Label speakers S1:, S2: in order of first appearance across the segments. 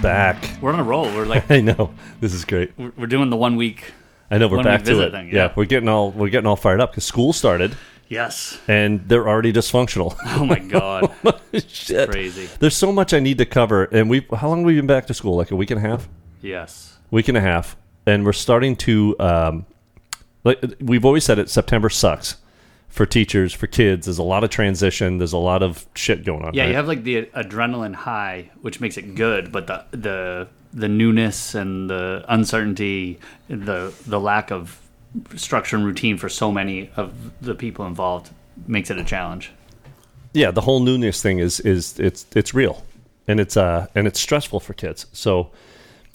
S1: back.
S2: We're on a roll. We're like
S1: I know this is great.
S2: we're we're doing the one week.
S1: I know we're
S2: When we
S1: back to
S2: visit
S1: it.
S2: thing,
S1: yeah.
S2: yeah.
S1: we're getting all we're getting all fired up because school started
S2: Yes.
S1: and they're already dysfunctional.
S2: Oh my god.
S1: Shit.
S2: Crazy.
S1: There's so much I need to cover, and we how long have we been back to school? Like a week and a half,
S2: Yes.
S1: week and a half, and we're starting to um, like we've always said it. September sucks for teachers, for kids. There's a lot of transition. There's a lot of shit going on.
S2: Yeah, you
S1: right?
S2: have like the adrenaline high, which makes it good, but the the the newness and the uncertainty, the the lack of structure and routine for so many of the people involved makes it a challenge.
S1: yeah, the whole newness thing is is it's it's real, and it's uh and it's stressful for kids. So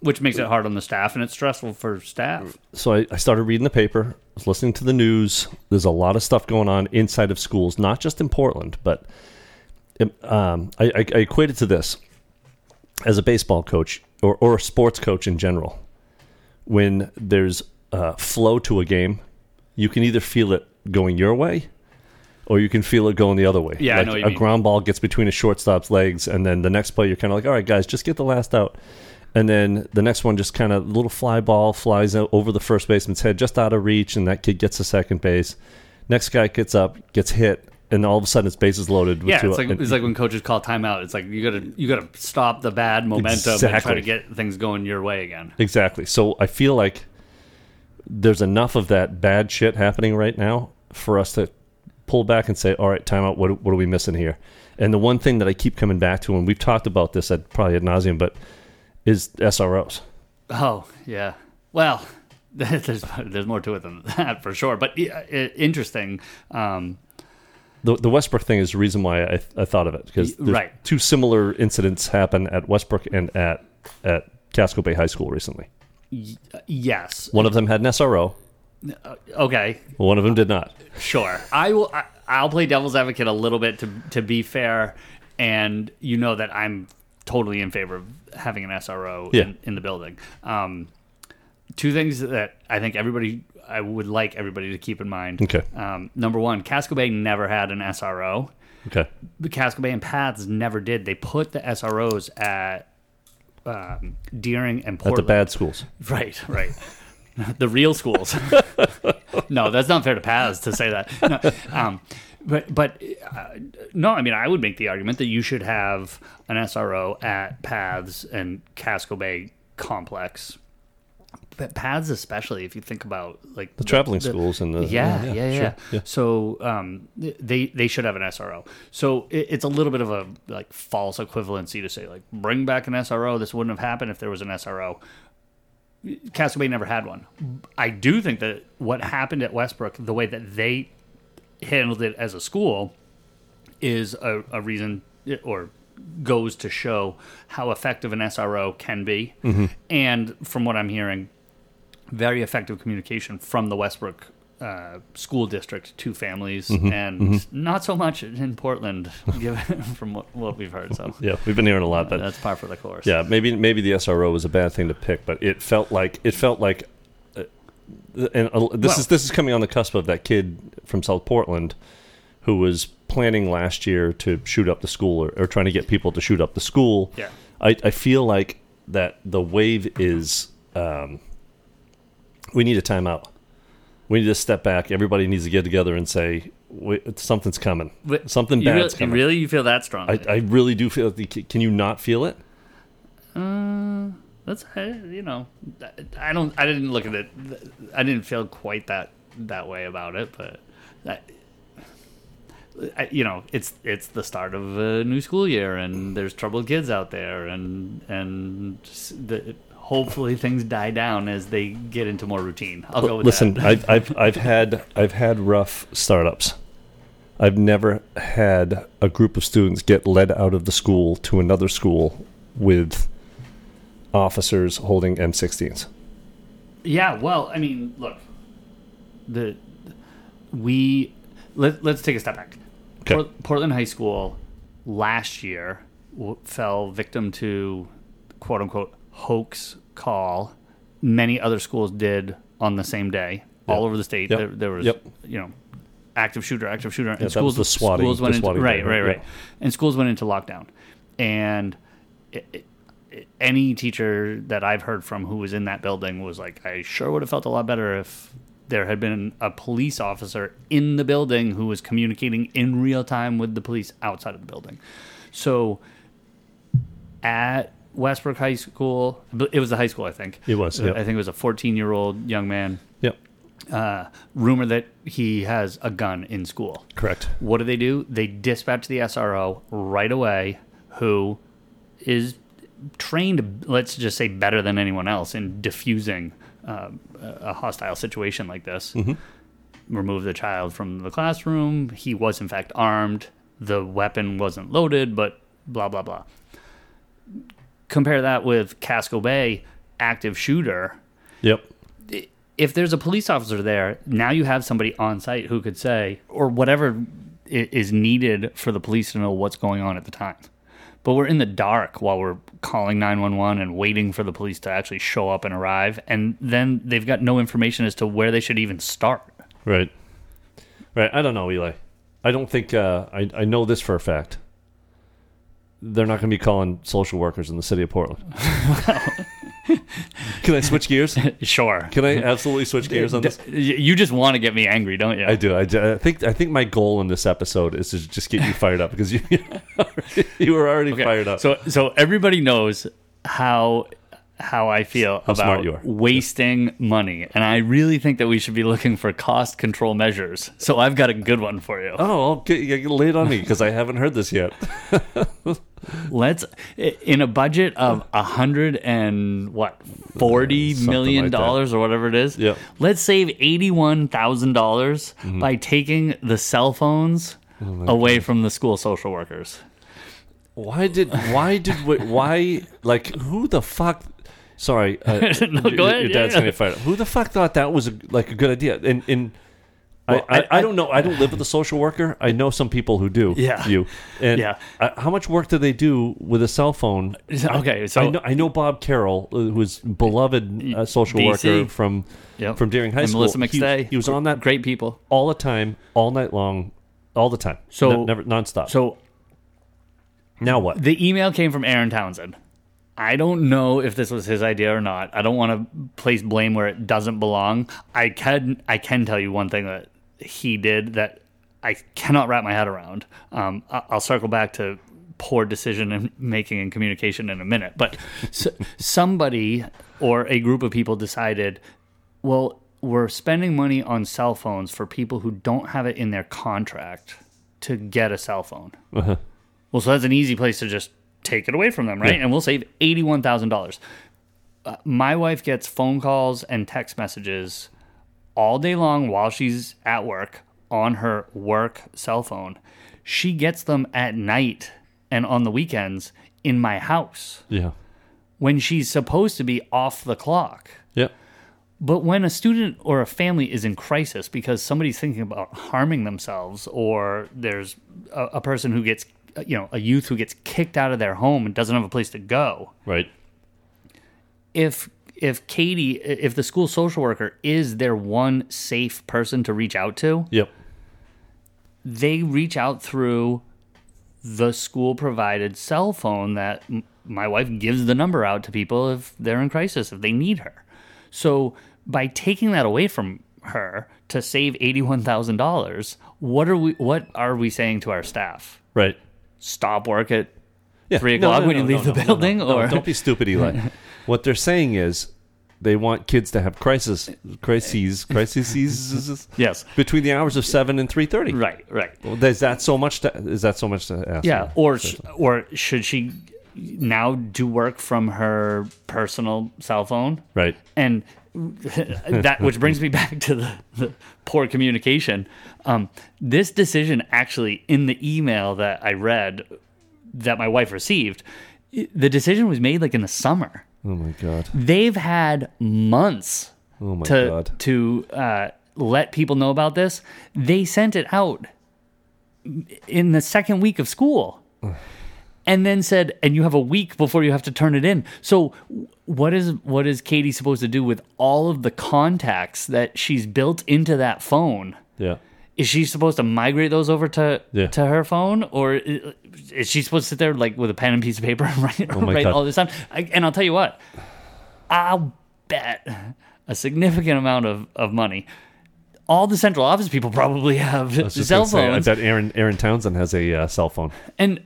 S2: Which makes it hard on the staff and it's stressful for staff.
S1: so I, I started reading the paper, I was listening to the news. There's a lot of stuff going on inside of schools, not just in Portland, but it- um, I, I, I equate it to this as a baseball coach or, or a sports coach in general. When there's uh, flow to a game, you can either feel it going your way or you can feel it going the other way.
S2: Yeah, I
S1: like
S2: know what you
S1: a
S2: mean.
S1: ground ball gets between a shortstop's legs, and then the next play, you're kind of like, all right, guys, just get the last out. And then the next one just kind of little fly ball flies o- over the first baseman's head, just out of reach, and that kid gets to second base. Next guy gets up, gets hit, and all of a sudden his base is loaded. With
S2: Yeah,
S1: two
S2: it's like
S1: and-
S2: it's like when coaches call timeout. It's like you gotta you gotta stop the bad momentum and try
S1: Exactly.
S2: to get things going your way again.
S1: Exactly. So I feel like there's enough of that bad shit happening right now for us to pull back and say, all right, timeout, what, what are we missing here? And the one thing that I keep coming back to, and we've talked about this at probably at nauseum, but is SROs.
S2: Oh yeah. Well, there's there's more to it than that for sure. But yeah, i interesting. Um,
S1: The, the Westbrook thing is the reason why I, I thought of it because
S2: Y-
S1: there's
S2: right.
S1: two similar incidents happen at Westbrook and at, at Casco Bay High School recently.
S2: yes.
S1: One of them had an SRO,
S2: Okay.
S1: one of them did not.
S2: Sure. I will. I, I'll play devil's advocate a little bit to to be fair, and you know that I'm totally in favor of having an SRO
S1: Yeah.
S2: in, in the building. Um, two things that I think everybody I would like everybody to keep in mind.
S1: Okay.
S2: Um, number one, Casco Bay never had an SRO.
S1: Okay.
S2: the Casco Bay and Paths never did. They put the SROs at um, Deering and
S1: At the
S2: Portland.
S1: bad schools.
S2: Right, right. the real schools. no, that's not fair to Paths to say that. No, um, but but uh, no, I mean I would make the argument that you should have an SRO at Paths and Casco Bay complex. But Paths especially, if you think about like the,
S1: Traveling
S2: the-
S1: schools and the.
S2: yeah, yeah, yeah.
S1: sure.
S2: So um, th- they they should have an SRO. So it, it's a little bit of a like false equivalency to say like bring back an SRO. This wouldn't have happened if there was an SRO. Castle Bay never had one. I do think that what happened at Westbrook, the way that they handled it as a school, is a, a reason eh, or goes to show how effective an SRO can be.
S1: Mm-hmm.
S2: And from what I'm hearing, very effective communication from the Westbrook uh, school district to families,
S1: Mm-hmm.
S2: and not so much in Portland, given from what, what we've heard. So
S1: Yeah, we've been hearing a lot, but
S2: that's par for the course.
S1: yeah, maybe maybe the SRO was a bad thing to pick, but it felt like it felt like, uh, and uh, this
S2: Well-
S1: is this is coming on the cusp of that kid from South Portland, who was planning last year to shoot up the school or, or trying to get people to shoot up the school.
S2: Yeah.
S1: I, I feel like that the wave is, um, we need a timeout. We need to step back. Everybody needs to get together and say "Wait, something's coming.
S2: But
S1: Something
S2: You
S1: bad's
S2: really,
S1: coming.
S2: really, you feel that strong?
S1: I, I really do feel. Can you not feel it?
S2: That's uh, you know, I don't. I didn't look at it. I didn't feel quite that that way about it, but I, I, you know, it's it's the start of a new school year, and there's troubled kids out there, and and just the, hopefully things die down as they get into more routine. I'll go with
S1: Listen,
S2: that.
S1: I've, I've I've had I've had rough startups. I've never had a group of students get led out of the school to another school with officers holding M16s.
S2: Yeah, well, I mean, look, the we let, let's take a step back.
S1: Okay.
S2: Por- Portland High School last year w- fell victim to quote unquote hoax call. Many other schools did on the same day, all over the state.
S1: Yep.
S2: There, there was
S1: Yep.
S2: you know active shooter, active shooter, and
S1: that
S2: schools
S1: was the swatting-
S2: schools went
S1: the
S2: into
S1: swatting
S2: right,
S1: day,
S2: right,
S1: right?
S2: right,
S1: Yeah.
S2: and schools went into lockdown, and any teacher that I've heard from who was in that building was like, I sure would have felt a lot better if there had been a police officer in the building who was communicating in real time with the police outside of the building. So at Westbrook High School, it was the high school, I think. Uh,
S1: It was,
S2: I
S1: yeah.
S2: think it was a 14 year old young man.
S1: Yep.
S2: Uh, rumor that he has a gun in school.
S1: Correct.
S2: What do they do? They dispatch the SRO right away, who is trained, let's just say, better than anyone else in diffusing uh, a hostile situation like this. Remove the child from the classroom. He was, in fact, armed. The weapon wasn't loaded, but blah, blah, blah. Compare that with Casco Bay, active shooter
S1: Yep.
S2: if there's a police officer there, now you have somebody on site who could say, or whatever i- is needed for the police to know what's going on at the time. But we're in the dark while we're calling 911 and waiting for the police to actually show up and arrive. And then they've got no information as to where they should even start.
S1: Right. Right. I don't know, Eli. I don't think uh, I. I know this for a fact. They're not going to be calling social workers in the city of Portland. Can I switch gears?
S2: Sure.
S1: Can I absolutely switch gears on
S2: D-
S1: this?
S2: y- You just want to get me angry, don't you?
S1: I do. I, do. I think. I think my goal in this episode is to just get you fired up because you you were already
S2: Okay,
S1: fired up.
S2: So so everybody knows how how I feel
S1: smart
S2: about
S1: you are.
S2: wasting money, and I really think that we should be looking for cost control measures. So I've got a good one for you.
S1: oh, I'll get, get laid on me because I haven't heard this yet.
S2: Let's in a budget of a hundred and what forty
S1: Something
S2: million
S1: like that.
S2: dollars or whatever it is.
S1: Yep.
S2: Let's save eighty one dollars
S1: Mm-hmm.
S2: by taking the cell phones
S1: Oh
S2: away from the school social workers.
S1: Why did why did we, why like who the fuck? Sorry, uh, your-
S2: go ahead,
S1: Your dad's
S2: yeah.
S1: gonna get fired. up. Who the fuck thought that was a, like a good idea? And and
S2: Well,
S1: I, I,
S2: I-
S1: I don't know. I don't live with a social worker. I know some people who do.
S2: Yeah.
S1: you and
S2: Yeah.
S1: I, how much work do they do with a cell phone?
S2: Okay, so
S1: I know, I know Bob Carroll, uh, who is beloved uh, social
S2: BC.
S1: worker from
S2: Yep.
S1: from Deering High
S2: And
S1: School.
S2: Melissa
S1: He-
S2: McStay.
S1: He, was on that
S2: great people.
S1: all the time, all night long, all the time.
S2: So-
S1: Ne- never nonstop.
S2: So
S1: now what?
S2: The email came from Aaron Townsend. I don't know if this was his idea or not. I don't want to place blame where it doesn't belong. I can I can tell you one thing that he did that I cannot wrap my head around. Um, I- I'll circle back to poor decision in making and communication in a minute, but s- somebody or a group of people decided, well, we're spending money on cell phones for people who don't have it in their contract to get a cell phone. Well, so that's an easy place to just take it away from them, right? And we'll save eighty-one thousand dollars. Uh, My wife gets phone calls and text messages all day long while she's at work on her work cell phone. She gets them at night and on the weekends in my house
S1: Yeah,
S2: when she's supposed to be off the clock.
S1: yeah.
S2: But when a student or a family is in crisis because somebody's thinking about harming themselves, or there's a, a person who gets, you know, a youth who gets kicked out of their home and doesn't have a place to go,
S1: Right.
S2: if if Katie, if the school social worker is their one safe person to reach out to,
S1: Yep.
S2: they reach out through the school provided cell phone that m- my wife gives the number out to people if they're in crisis, if they need her. So by taking that away from her to save $81,000, what are we what are we saying to our staff?
S1: Right.
S2: Stop work at
S1: Yeah.
S2: Three o'clock when you leave the building, or-
S1: don't be stupid, Eli. what they're saying is they want kids to have crisis crises crises
S2: Yes.
S1: between the hours of seven and three thirty.
S2: Right, right.
S1: Well, is that so much? To, is that so much to ask?
S2: Yeah, or sh- or should she now do work from her personal cell phone?
S1: Right.
S2: and that which brings me back to the, the poor communication um, this decision actually in the email that i read that my wife received i- the decision was made like in the summer
S1: Oh my god.
S2: they've had months
S1: Oh my
S2: to
S1: god.
S2: to uh, let people know about this they sent it out in the second week of school and then said and you have a week before you have to turn it in so w- what is what is katie supposed to do with all of the contacts that she's built into that phone
S1: Yeah.
S2: is she supposed to migrate those over to
S1: Yeah.
S2: to her phone, or i- is she supposed to sit there like with a pen and piece of paper and write,
S1: Oh my
S2: write
S1: God.
S2: all this time? I, and I'll tell you what, I'll bet a significant amount of, of money. All the central office people probably have
S1: I was just
S2: cell
S1: gonna say,
S2: phones,
S1: I bet Aaron Aaron Townsend has a uh, cell phone.
S2: and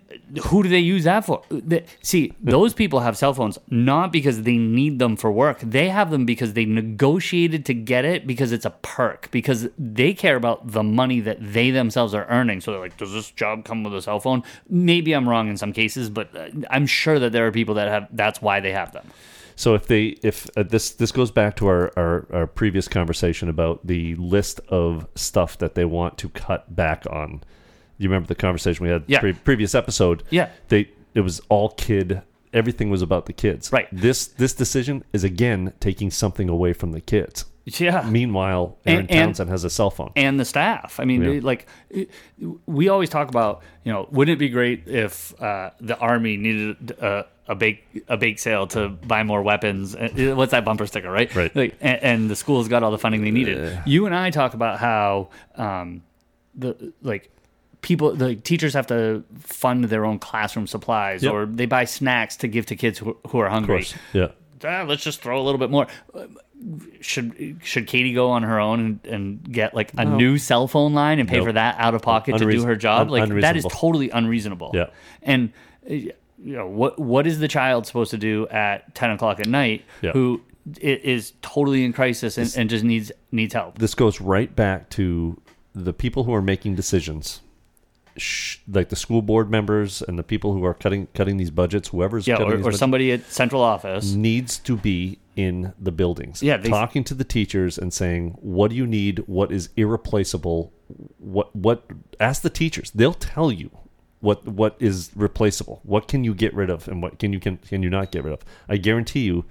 S2: who do they use that for? The- See, those people have cell phones not because they need them for work. They have them because they negotiated to get it because it's a perk, because they care about the money that they themselves are earning. So they're like, does this job come with a cell phone? Maybe I'm wrong in some cases, but uh, I'm sure that there are people that have that's why they have them.
S1: So if they if uh, this this goes back to our, our our previous conversation about the list of stuff that they want to cut back on. You remember the conversation we had
S2: Yeah.
S1: previous episode?
S2: Yeah.
S1: They it was all kid everything was about the kids.
S2: Right.
S1: This this decision is again taking something away from the kids.
S2: Yeah.
S1: Meanwhile, Aaron
S2: And- and-
S1: Townsend has a cell phone.
S2: and the staff. I mean,
S1: Yeah.
S2: they- like it- we always talk about, you know, wouldn't it be great if uh, the army needed a, a bake a bake sale to buy more weapons? Uh, What's that bumper sticker, right?
S1: Right.
S2: Like, and, and the schools got all the funding they needed. You and I talk about how um, the like people like teachers have to fund their own classroom supplies
S1: Yep.
S2: or they buy snacks to give to kids who, who are
S1: of
S2: hungry
S1: course. Yeah.
S2: ah, let's just throw a little bit more. Um, Should should Katie go on her own and, and get like a new cell phone line and pay
S1: Nope.
S2: for that out of pocket to do
S1: Unreason-
S2: her job?
S1: un-
S2: like that is
S1: unreasonable.
S2: totally unreasonable.
S1: Yeah.
S2: And uh, you know what what is the child supposed to do at ten o'clock at night
S1: Yeah.
S2: who i- is totally in crisis and, and just needs needs help?
S1: this goes right back to the people who are making decisions Sh- like the school board members and the people who are cutting cutting these budgets whoever's
S2: Yeah,
S1: cutting
S2: or,
S1: these
S2: or
S1: bud-
S2: somebody at central office.
S1: needs to be in the buildings
S2: Yeah, they-
S1: talking to the teachers and saying what do you need what is irreplaceable what what ask the teachers they'll tell you what what is replaceable what can you get rid of and what can you can can you not get rid of i guarantee you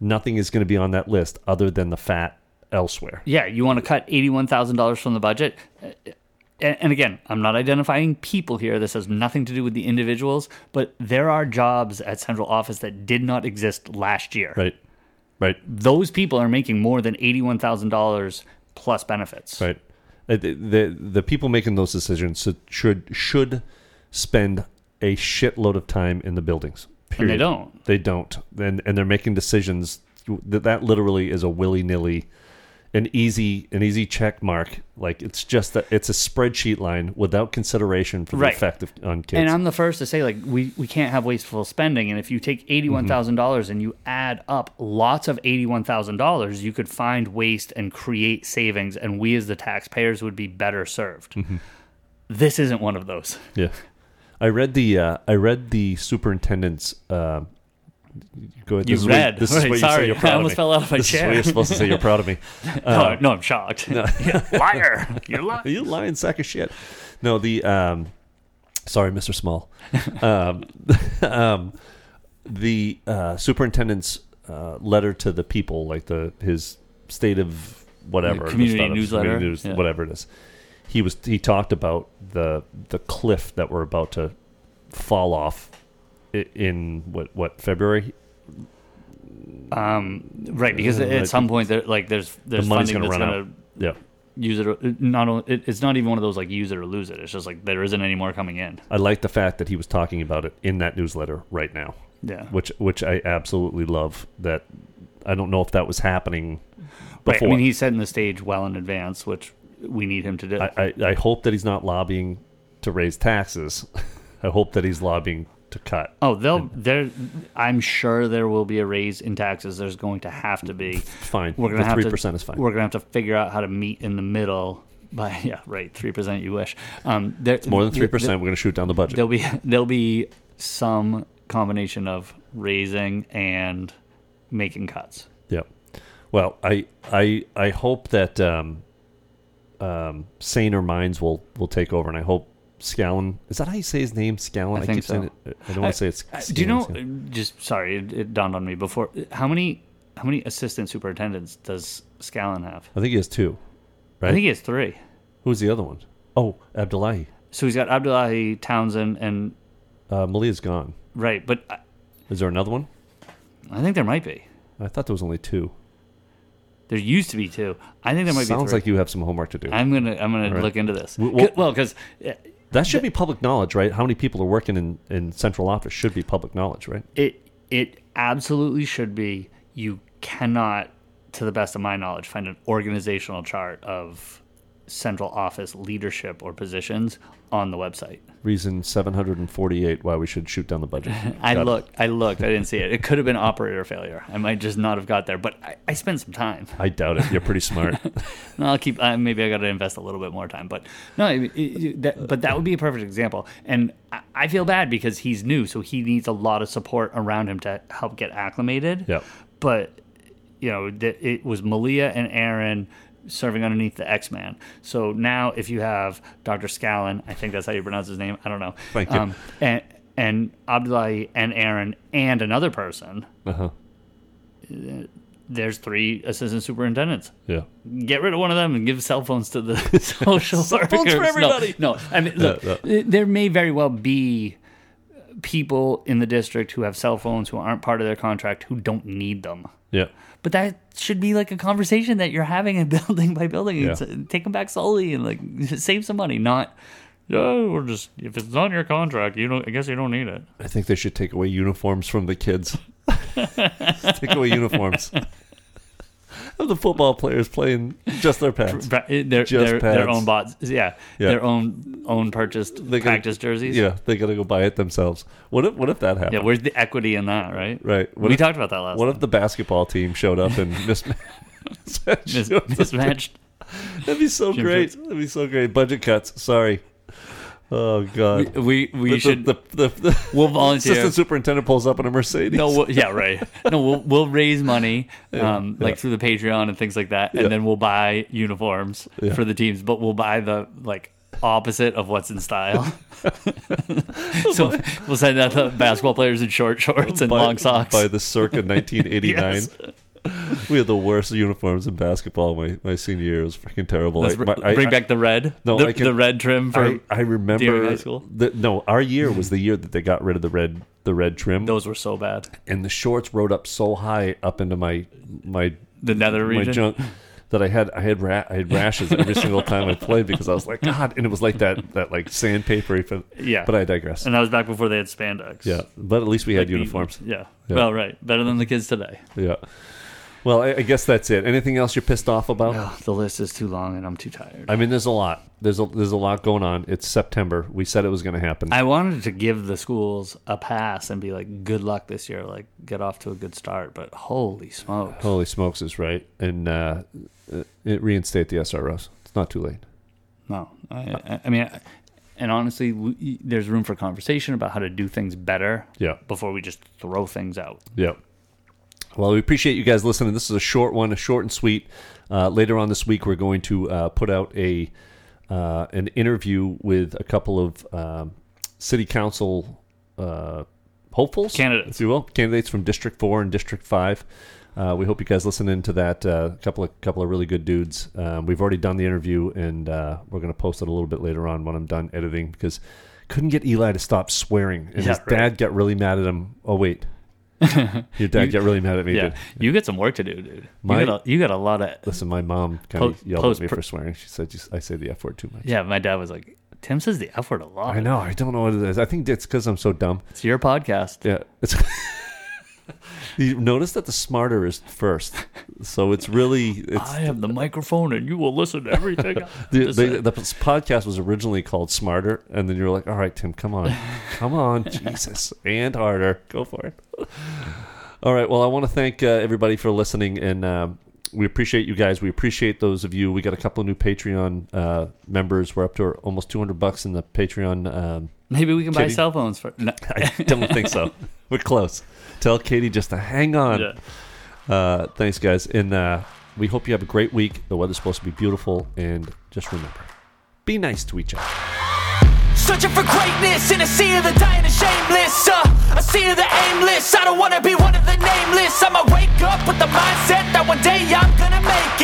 S1: nothing is going to be on that list other than the fat elsewhere
S2: yeah, you want to cut eighty-one thousand dollars from the budget. Uh, And, and again, I'm not identifying people here. This has nothing to do with the individuals, but there are jobs at central office that did not exist last year.
S1: right right
S2: Those people are making more than eighty-one thousand dollars plus benefits.
S1: Right. Uh, The, the the people making those decisions should- should should spend a shitload of time in the buildings.
S2: And
S1: Period.
S2: they don't.
S1: They don't. And and they're making decisions that that literally is a willy nilly, an easy an easy check mark. Like it's just that it's a spreadsheet line without consideration for the
S2: Right.
S1: effect of, on kids.
S2: And um, I'm the first to say, like, we, we can't have wasteful spending. And if you take $81,000
S1: Mm-hmm.
S2: dollars and you add up lots of $81,000, you could find waste and create savings. And we as the taxpayers would be better served.
S1: Mm-hmm.
S2: This isn't one of those.
S1: Yeah, I read the uh, I read the superintendent's. Uh, go ahead.
S2: You
S1: this
S2: read.
S1: Is what, this is
S2: Right,
S1: what you
S2: sorry.
S1: say you're proud
S2: I
S1: of
S2: almost
S1: me.
S2: fell out of my
S1: this Is
S2: chair.
S1: what you're supposed to say Uh-huh. you're proud of me.
S2: oh, no, I'm shocked. Yeah, liar. You're lying.
S1: Are you lying sack of shit? No, the um, sorry, Mr. Small. Um, um, the uh, superintendent's uh, letter to the people, like the his state of whatever
S2: The community
S1: state of-
S2: newsletter?
S1: community news-
S2: Yeah.
S1: whatever it is. He was he talked about the the cliff that we're about to fall off i- in what what February
S2: Um, right, because
S1: Uh,
S2: at
S1: like-
S2: some point, there, like, there's there's
S1: money's
S2: funding
S1: gonna
S2: that's
S1: run out.
S2: gonna
S1: yeah
S2: use it. Or, not only it, it's not even one of those like use it or lose it. It's just like there isn't any more coming in.
S1: I like the fact that he was talking about it in that newsletter right now
S2: Yeah.
S1: which which I absolutely love. That I don't know if that was happening
S2: Right,
S1: before.
S2: I mean, he's setting the stage well in advance, which we need him to do.
S1: I, I, I hope that he's not lobbying to raise taxes. I hope that he's lobbying to cut.
S2: oh, they'll there. I'm sure there will be a raise in taxes. There's going to have to be.
S1: Fine,
S2: We're gonna
S1: the
S2: have
S1: three percent is
S2: to,
S1: fine.
S2: We're gonna have to figure out how to meet in the middle. By yeah, right, three percent. You wish. Um, there, it's
S1: More than three percent, we're going to shoot down the budget.
S2: There'll be there'll be some combination of raising and making cuts.
S1: Yeah. Well, I I I hope that um, um, saner minds will will take over, and I hope Scallon is that how you say his name? Scallon.
S2: I think
S1: keep saying
S2: so.
S1: it. I don't want to say it's.
S2: Uh, Do
S1: Scallon,
S2: you know?
S1: Scallon.
S2: Just sorry, it, it dawned on me before. How many how many assistant superintendents does Scallon have?
S1: I think he has two.
S2: I
S1: Right.
S2: think he has three.
S1: Who's the other one? Oh, Abdullahi.
S2: So he's got Abdullahi Townsend and
S1: Uh, Malia's gone.
S2: right, but I,
S1: Is there another one?
S2: I think there might be.
S1: I thought there was only two.
S2: There used to be two. I think there might be
S1: Sounds
S2: three.
S1: like you have some homework to do.
S2: I'm gonna I'm gonna look into this.
S1: well-
S2: Well, because
S1: that should be public knowledge, right? How many people are working in, in central office should be public knowledge, right?
S2: it it absolutely should be. You cannot, to the best of my knowledge, find an organizational chart of central office leadership or positions on the website.
S1: Reason 748 why we should shoot down the budget.
S2: I
S1: Got it.
S2: looked. I looked. I didn't see it. It could have been operator failure. I might just not have got there. But I, I spent some time.
S1: I doubt it. You're pretty smart.
S2: No, I'll keep. Uh, maybe I got to invest a little bit more time, but no. I mean, it- it- that, but that would be a perfect example, and I, I feel bad because he's new, so he needs a lot of support around him to help get acclimated.
S1: Yep.
S2: But you know, th- it was Malia and Aaron serving underneath the X Man. So now, if you have Doctor Scallon, I think that's how you pronounce his name. I don't know. Um,
S1: Thank you.
S2: and and Abdullahi and Aaron and another person.
S1: Uh-huh.
S2: There's three assistant superintendents
S1: Yeah.
S2: get rid of one of them and give cell phones to the social workers.
S1: phones for
S2: No,
S1: everybody.
S2: No, I mean, look,
S1: Yeah,
S2: there may very well be people in the district who have cell phones who aren't part of their contract who don't need them.
S1: Yeah.
S2: But that should be like a conversation that you're having and building by building.
S1: Yeah.
S2: It's, uh, take them back slowly and like save some money, not. Oh, we're just if it's not in your contract, you don't. I guess you don't need it.
S1: I think they should take away uniforms from the kids. take away uniforms. Have the football players playing just their pants.
S2: Pra- Their, their, eh, their
S1: pads.
S2: own bots, yeah,
S1: Yeah.
S2: their own own purchased
S1: gotta-
S2: practice jerseys.
S1: Yeah, they got to go buy it themselves. What if what if that
S2: Yeah,
S1: happened?
S2: where's the equity in that, right?
S1: right. What
S2: we
S1: if,
S2: talked about that last
S1: what if the basketball team showed up and mismatched?
S2: mis- mismatched.
S1: That'd be so great. That'd be so great. Budget cuts. Sorry. Oh God.
S2: We we
S1: The-
S2: should
S1: the, the, the, the
S2: we'll volunteer.
S1: assistant superintendent pulls up in a Mercedes.
S2: No, we'll, yeah, right. No, we'll we'll raise money, um, like through the Patreon and things like that, and
S1: Yeah.
S2: then we'll buy uniforms
S1: Yeah.
S2: for the teams. But we'll buy the like opposite of what's in style. so we'll send out the basketball players in short shorts and
S1: by,
S2: long socks.
S1: by the circa 1989.
S2: Yes.
S1: We had the worst uniforms in basketball. My my senior year It was freaking terrible.
S2: Let's
S1: I,
S2: br-
S1: my- I-
S2: bring
S1: I-
S2: back the red.
S1: No,
S2: the,
S1: I can-
S2: the red trim for
S1: I, I remember
S2: during high school?
S1: the- no, our year was the year that they got rid of the red the red trim,
S2: those were so bad.
S1: and the shorts rode up so high up into my my
S2: The nether
S1: my
S2: region.
S1: junk that I had I had ra- I had rashes every single time I played because I was like God, and it was like that that like sandpapery. For,
S2: Yeah.
S1: but I digress.
S2: and that was back before they had spandex.
S1: Yeah, but at least we had uniforms.
S2: Yeah.
S1: Yeah.
S2: Well, right. Better than the kids today.
S1: Yeah. Well, I, I guess that's it. Anything else you're pissed off about?
S2: the list is too long and I'm too tired.
S1: I mean, there's a lot. There's a there's a lot going on. It's September. We said it was going to happen.
S2: I wanted to give the schools a pass and be like, good luck this year. Like, get off to a good start. But holy smokes.
S1: Holy smokes is right, and uh, uh, it reinstate the SROs. It's not too late.
S2: No. I, I, I mean, I, and honestly, we, there's room for conversation about how to do things better
S1: Yeah,
S2: before we just throw things out.
S1: yeah. Well, we appreciate you guys listening. This is a short one, a short and sweet. Uh, later on this week, we're going to uh, put out a uh, an interview with a couple of um, city council uh, hopefuls,
S2: Candidates.
S1: if you will, candidates from District Four and District Five. Uh, we hope you guys listen into that. A couple of couple of really good dudes. Um, we've already done the interview, and uh, we're going to post it a little bit later on when I'm done editing because couldn't get Eli to stop swearing, and
S2: Yeah,
S1: his
S2: right.
S1: dad got really mad at him. Oh wait, your dad got really mad at me.
S2: Yeah.
S1: dude.
S2: You get some work to do, dude.
S1: My-
S2: you, got a, you got a lot of.
S1: Listen, my mom kind of
S2: Post-
S1: yelled
S2: post-
S1: at me for swearing. She said you, I say the f word too much.
S2: Yeah. My dad was like, Tim says the F word a lot.
S1: I know. I don't know what it is. I think it's because I'm so dumb.
S2: It's your podcast.
S1: Yeah. It's you notice that the smarter is first, so it's really it's
S2: I have the microphone and you will listen to everything.
S1: the, the, the podcast was originally called Smarter, and then you were like, "All right, Tim, come on, come on, Jesus, and harder, go for it." All right. Well, I want to thank uh, everybody for listening, and um, we appreciate you guys. We appreciate those of you. We got a couple of new Patreon uh, members. We're up to almost two hundred bucks in the Patreon. Um,
S2: Maybe we can buy
S1: Kidding.
S2: cell phones for. No.
S1: I don't think so. We're close. Tell Katie just to hang on.
S2: Yeah.
S1: Uh, thanks, guys. And uh, we hope you have a great week. The weather's supposed to be beautiful. And just remember be nice to each other.
S3: Searching for greatness in a sea of the dying and shameless. Uh, a sea of the aimless. I don't wanna be one of the nameless. I'ma wake up with the mindset that one day I'm gonna make